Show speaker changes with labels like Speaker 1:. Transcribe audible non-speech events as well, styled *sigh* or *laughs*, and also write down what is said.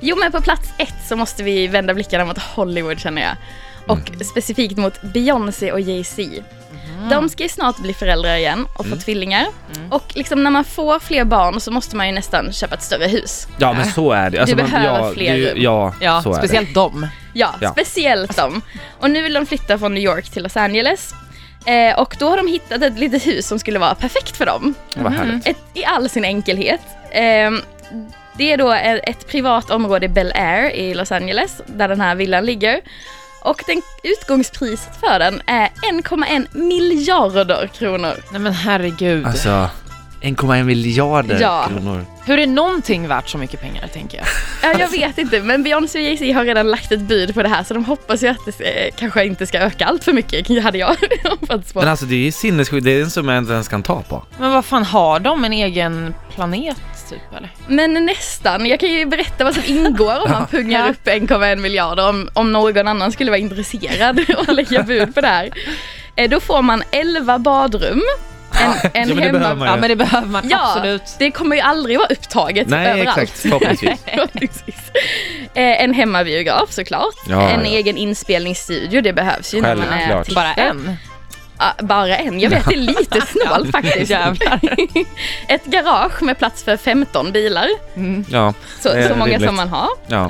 Speaker 1: Jo men på plats ett så måste vi vända blickarna mot Hollywood känner jag. Och specifikt mot Beyoncé och Jay-Z. De ska ju snart bli föräldrar igen och få tvillingar. Och liksom när man får fler barn så måste man ju nästan köpa ett större hus.
Speaker 2: Ja men så är det. Alltså,
Speaker 1: Du
Speaker 2: man-
Speaker 1: behöver
Speaker 2: ja,
Speaker 1: fler
Speaker 2: det-
Speaker 1: rum.
Speaker 2: Ja,
Speaker 3: Ja,
Speaker 2: så är
Speaker 3: speciellt dem.
Speaker 1: Ja,
Speaker 2: Ja.
Speaker 1: speciellt dem. Och nu vill de flytta från New York till Los Angeles. Eh, och då har de hittat ett litet hus som skulle vara perfekt för dem.
Speaker 2: det. Vad härligt.
Speaker 1: Ett, I all sin enkelhet. Ehm, det är då ett, ett privat område i Bel Air i Los Angeles, där den här villan ligger. Och den, utgångspriset för den är 1,1 miljarder kronor.
Speaker 3: Nej men herregud.
Speaker 2: Alltså 1,1 miljarder
Speaker 1: Ja.
Speaker 2: kronor.
Speaker 3: Hur är någonting värt så mycket pengar tänker jag?
Speaker 1: Ja, jag vet inte, men Beyoncé och Jay-Z har redan lagt ett bud på det här, så de hoppas ju att det eh, kanske inte ska öka allt för mycket, hade jag *laughs* hoppats på.
Speaker 2: Men alltså det är sinnessjukt, det är en summa jag inte ens kan ta på.
Speaker 1: Alltså,
Speaker 3: Men vad fan har de? En egen planet typ eller?
Speaker 1: Men nästan. Jag kan ju berätta vad som ingår
Speaker 2: *laughs*
Speaker 1: om man pungar upp 1,1 miljarder om, om någon annan skulle vara intresserad *laughs* och lägga bud på det här. Eh, Då får man 11 badrum. En, en
Speaker 2: *laughs* Ja, men det
Speaker 1: hemma-
Speaker 2: behöver man ju.
Speaker 3: Ja men det behöver man
Speaker 1: Ja,
Speaker 3: absolut.
Speaker 1: det kommer ju aldrig vara upptaget
Speaker 2: Nej
Speaker 1: överallt. *laughs*
Speaker 2: exakt, förhoppningsvis.
Speaker 1: Precis. Eh, en hemmabiograf såklart.
Speaker 2: Ja,
Speaker 1: en
Speaker 2: ja.
Speaker 1: egen inspelningsstudio, det behövs ju när man är
Speaker 2: Självklart.
Speaker 1: artist.
Speaker 3: Bara en?
Speaker 1: Ja, bara en. Jag vet, det är
Speaker 3: *laughs*
Speaker 1: lite snålt faktiskt. *laughs*
Speaker 3: Jävlar.
Speaker 1: Ett garage med plats för 15 bilar.
Speaker 2: Ja,
Speaker 1: Så,
Speaker 2: Det är
Speaker 1: så många
Speaker 2: rimligt.
Speaker 1: som man har.
Speaker 2: ja.